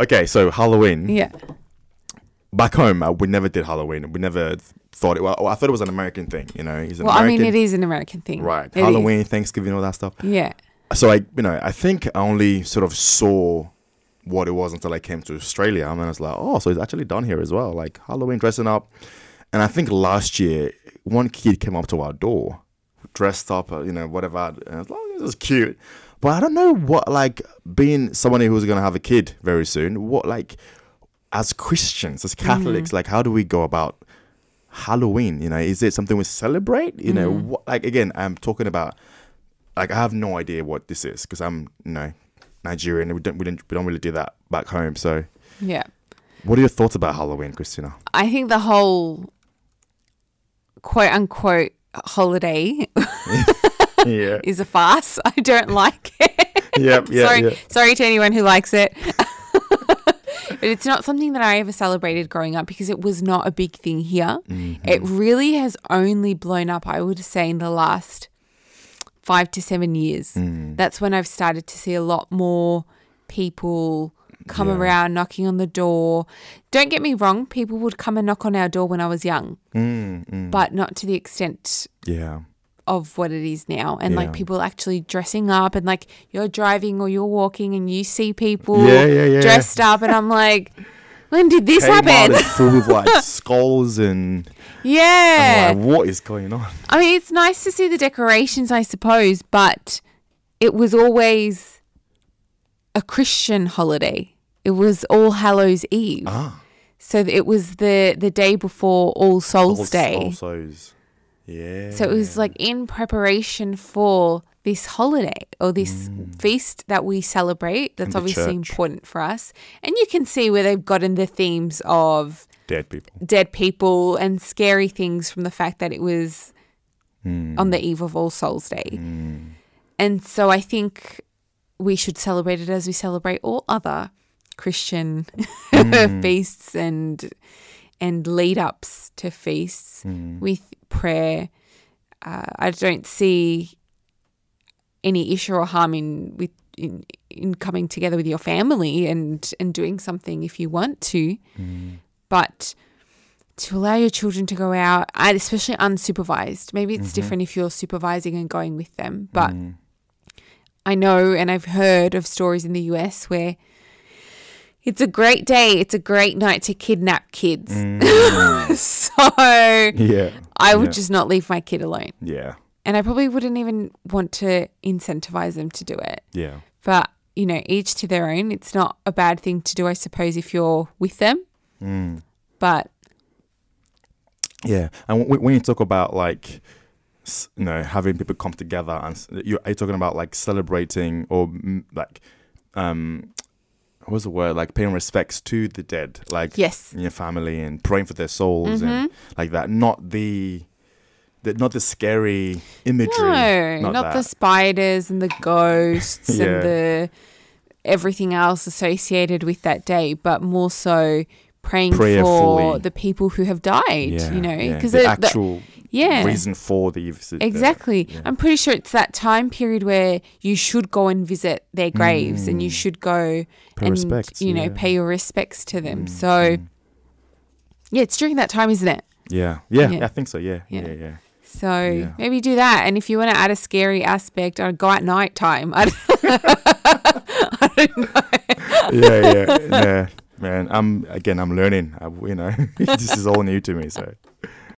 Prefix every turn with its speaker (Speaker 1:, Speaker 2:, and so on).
Speaker 1: Okay, so Halloween.
Speaker 2: Yeah.
Speaker 1: Back home, uh, we never did Halloween. We never th- thought it. Well, I thought it was an American thing. You know, it's an
Speaker 2: Well,
Speaker 1: American,
Speaker 2: I mean, it is an American thing.
Speaker 1: right?
Speaker 2: It is.
Speaker 1: Halloween, Thanksgiving, all that stuff.
Speaker 2: Yeah.
Speaker 1: So I, you know, I think I only sort of saw what it was until I came to Australia, and then I was like, oh, so it's actually done here as well, like Halloween dressing up. And I think last year, one kid came up to our door, dressed up, uh, you know, whatever. And I was like, oh, this is cute. But I don't know what, like, being somebody who's gonna have a kid very soon, what, like, as Christians, as Catholics, like, how do we go about Halloween? You know, is it something we celebrate? You know, what, like, again, I'm talking about like I have no idea what this is because I'm you know Nigerian. and We don't we don't we don't really do that back home. So,
Speaker 2: Yeah.
Speaker 1: what are your thoughts about Halloween, Christina?
Speaker 2: I think the whole quote unquote holiday
Speaker 1: yeah,
Speaker 2: is a farce. I don't like it.
Speaker 1: yeah,
Speaker 2: sorry, sorry to anyone who likes it. but it's not something that I ever celebrated growing up because it was not a big thing here.
Speaker 1: Mm-hmm.
Speaker 2: It really has only blown up, I would say, in the last five to seven years.
Speaker 1: Mm.
Speaker 2: That's when I've started to see a lot more people come
Speaker 1: Yeah.
Speaker 2: around knocking on the door. Don't get me wrong, people would come and knock on our door when I was young,
Speaker 1: Mm, mm.
Speaker 2: but not to the extent
Speaker 1: yeah,
Speaker 2: of what it is now and
Speaker 1: Yeah.
Speaker 2: like people actually dressing up and like you're driving or you're walking and you see people
Speaker 1: Yeah, yeah, yeah.
Speaker 2: dressed up and I'm like when did this
Speaker 1: Came out
Speaker 2: happen?
Speaker 1: and full with like skulls and
Speaker 2: yeah.
Speaker 1: I'm like what is going on?
Speaker 2: I mean it's nice to see the decorations I suppose, but it was always a Christian holiday. It was All Hallows Eve.
Speaker 1: Ah,
Speaker 2: So it was the the day before All Souls Day.
Speaker 1: Also, yeah.
Speaker 2: So it was like in preparation for this holiday or this feast that we celebrate. That's
Speaker 1: Mm. the
Speaker 2: obviously
Speaker 1: church.
Speaker 2: important for us. And you can see where they've gotten the themes of
Speaker 1: dead people.
Speaker 2: dead people and scary things from the fact that it was
Speaker 1: Mm.
Speaker 2: on the eve of All Souls Day. And so I think we should celebrate it as we celebrate all other Christian
Speaker 1: Mm.
Speaker 2: feasts and and lead ups to feasts with prayer. Uh, I don't see any issue or harm in with in, in coming together with your family and and doing something if you want to, but to allow your children to go out, and especially unsupervised. Maybe it's different if you're supervising and going with them, but I know and I've heard of stories in the US where it's a great day, it's a great night to kidnap kids. so I
Speaker 1: Yeah,
Speaker 2: would
Speaker 1: Yeah.
Speaker 2: just not leave my kid alone.
Speaker 1: yeah,
Speaker 2: And I probably wouldn't even want to incentivize them to do it.
Speaker 1: yeah,
Speaker 2: But, you know, each to their own. It's not a bad thing to do, I suppose, if you're with them.
Speaker 1: Mm.
Speaker 2: But
Speaker 1: yeah. And w- when you talk about like. s- You know, having people come together and s- you are you talking about like celebrating or mm, like um what's the word like paying respects to the dead like
Speaker 2: yes. Mm-hmm.
Speaker 1: in your family and praying for their souls and like that not the, the not the scary imagery
Speaker 2: No,
Speaker 1: not,
Speaker 2: not, the
Speaker 1: that.
Speaker 2: spiders and the ghosts
Speaker 1: Yeah.
Speaker 2: and the everything else associated with that day, but more so praying
Speaker 1: Prayerfully.
Speaker 2: for the people who have died,
Speaker 1: yeah,
Speaker 2: you know,
Speaker 1: yeah.
Speaker 2: because
Speaker 1: the actual
Speaker 2: yeah.
Speaker 1: reason for the the-
Speaker 2: Exactly.
Speaker 1: yeah.
Speaker 2: I'm pretty sure it's that time period where you should go and visit their graves and you should go
Speaker 1: Mm. Pay
Speaker 2: and
Speaker 1: respects,
Speaker 2: you know
Speaker 1: yeah.
Speaker 2: pay your respects to them.
Speaker 1: Mm,
Speaker 2: so
Speaker 1: mm.
Speaker 2: yeah, it's during that time, isn't it?
Speaker 1: yeah, yeah
Speaker 2: Yeah.
Speaker 1: I think so yeah yeah
Speaker 2: Yeah.
Speaker 1: yeah,
Speaker 2: So
Speaker 1: Yeah.
Speaker 2: maybe do that. And if you want to add a scary aspect, I'd go at night time. I
Speaker 1: yeah yeah yeah man I'm again I'm learning I, you know this is all new to me so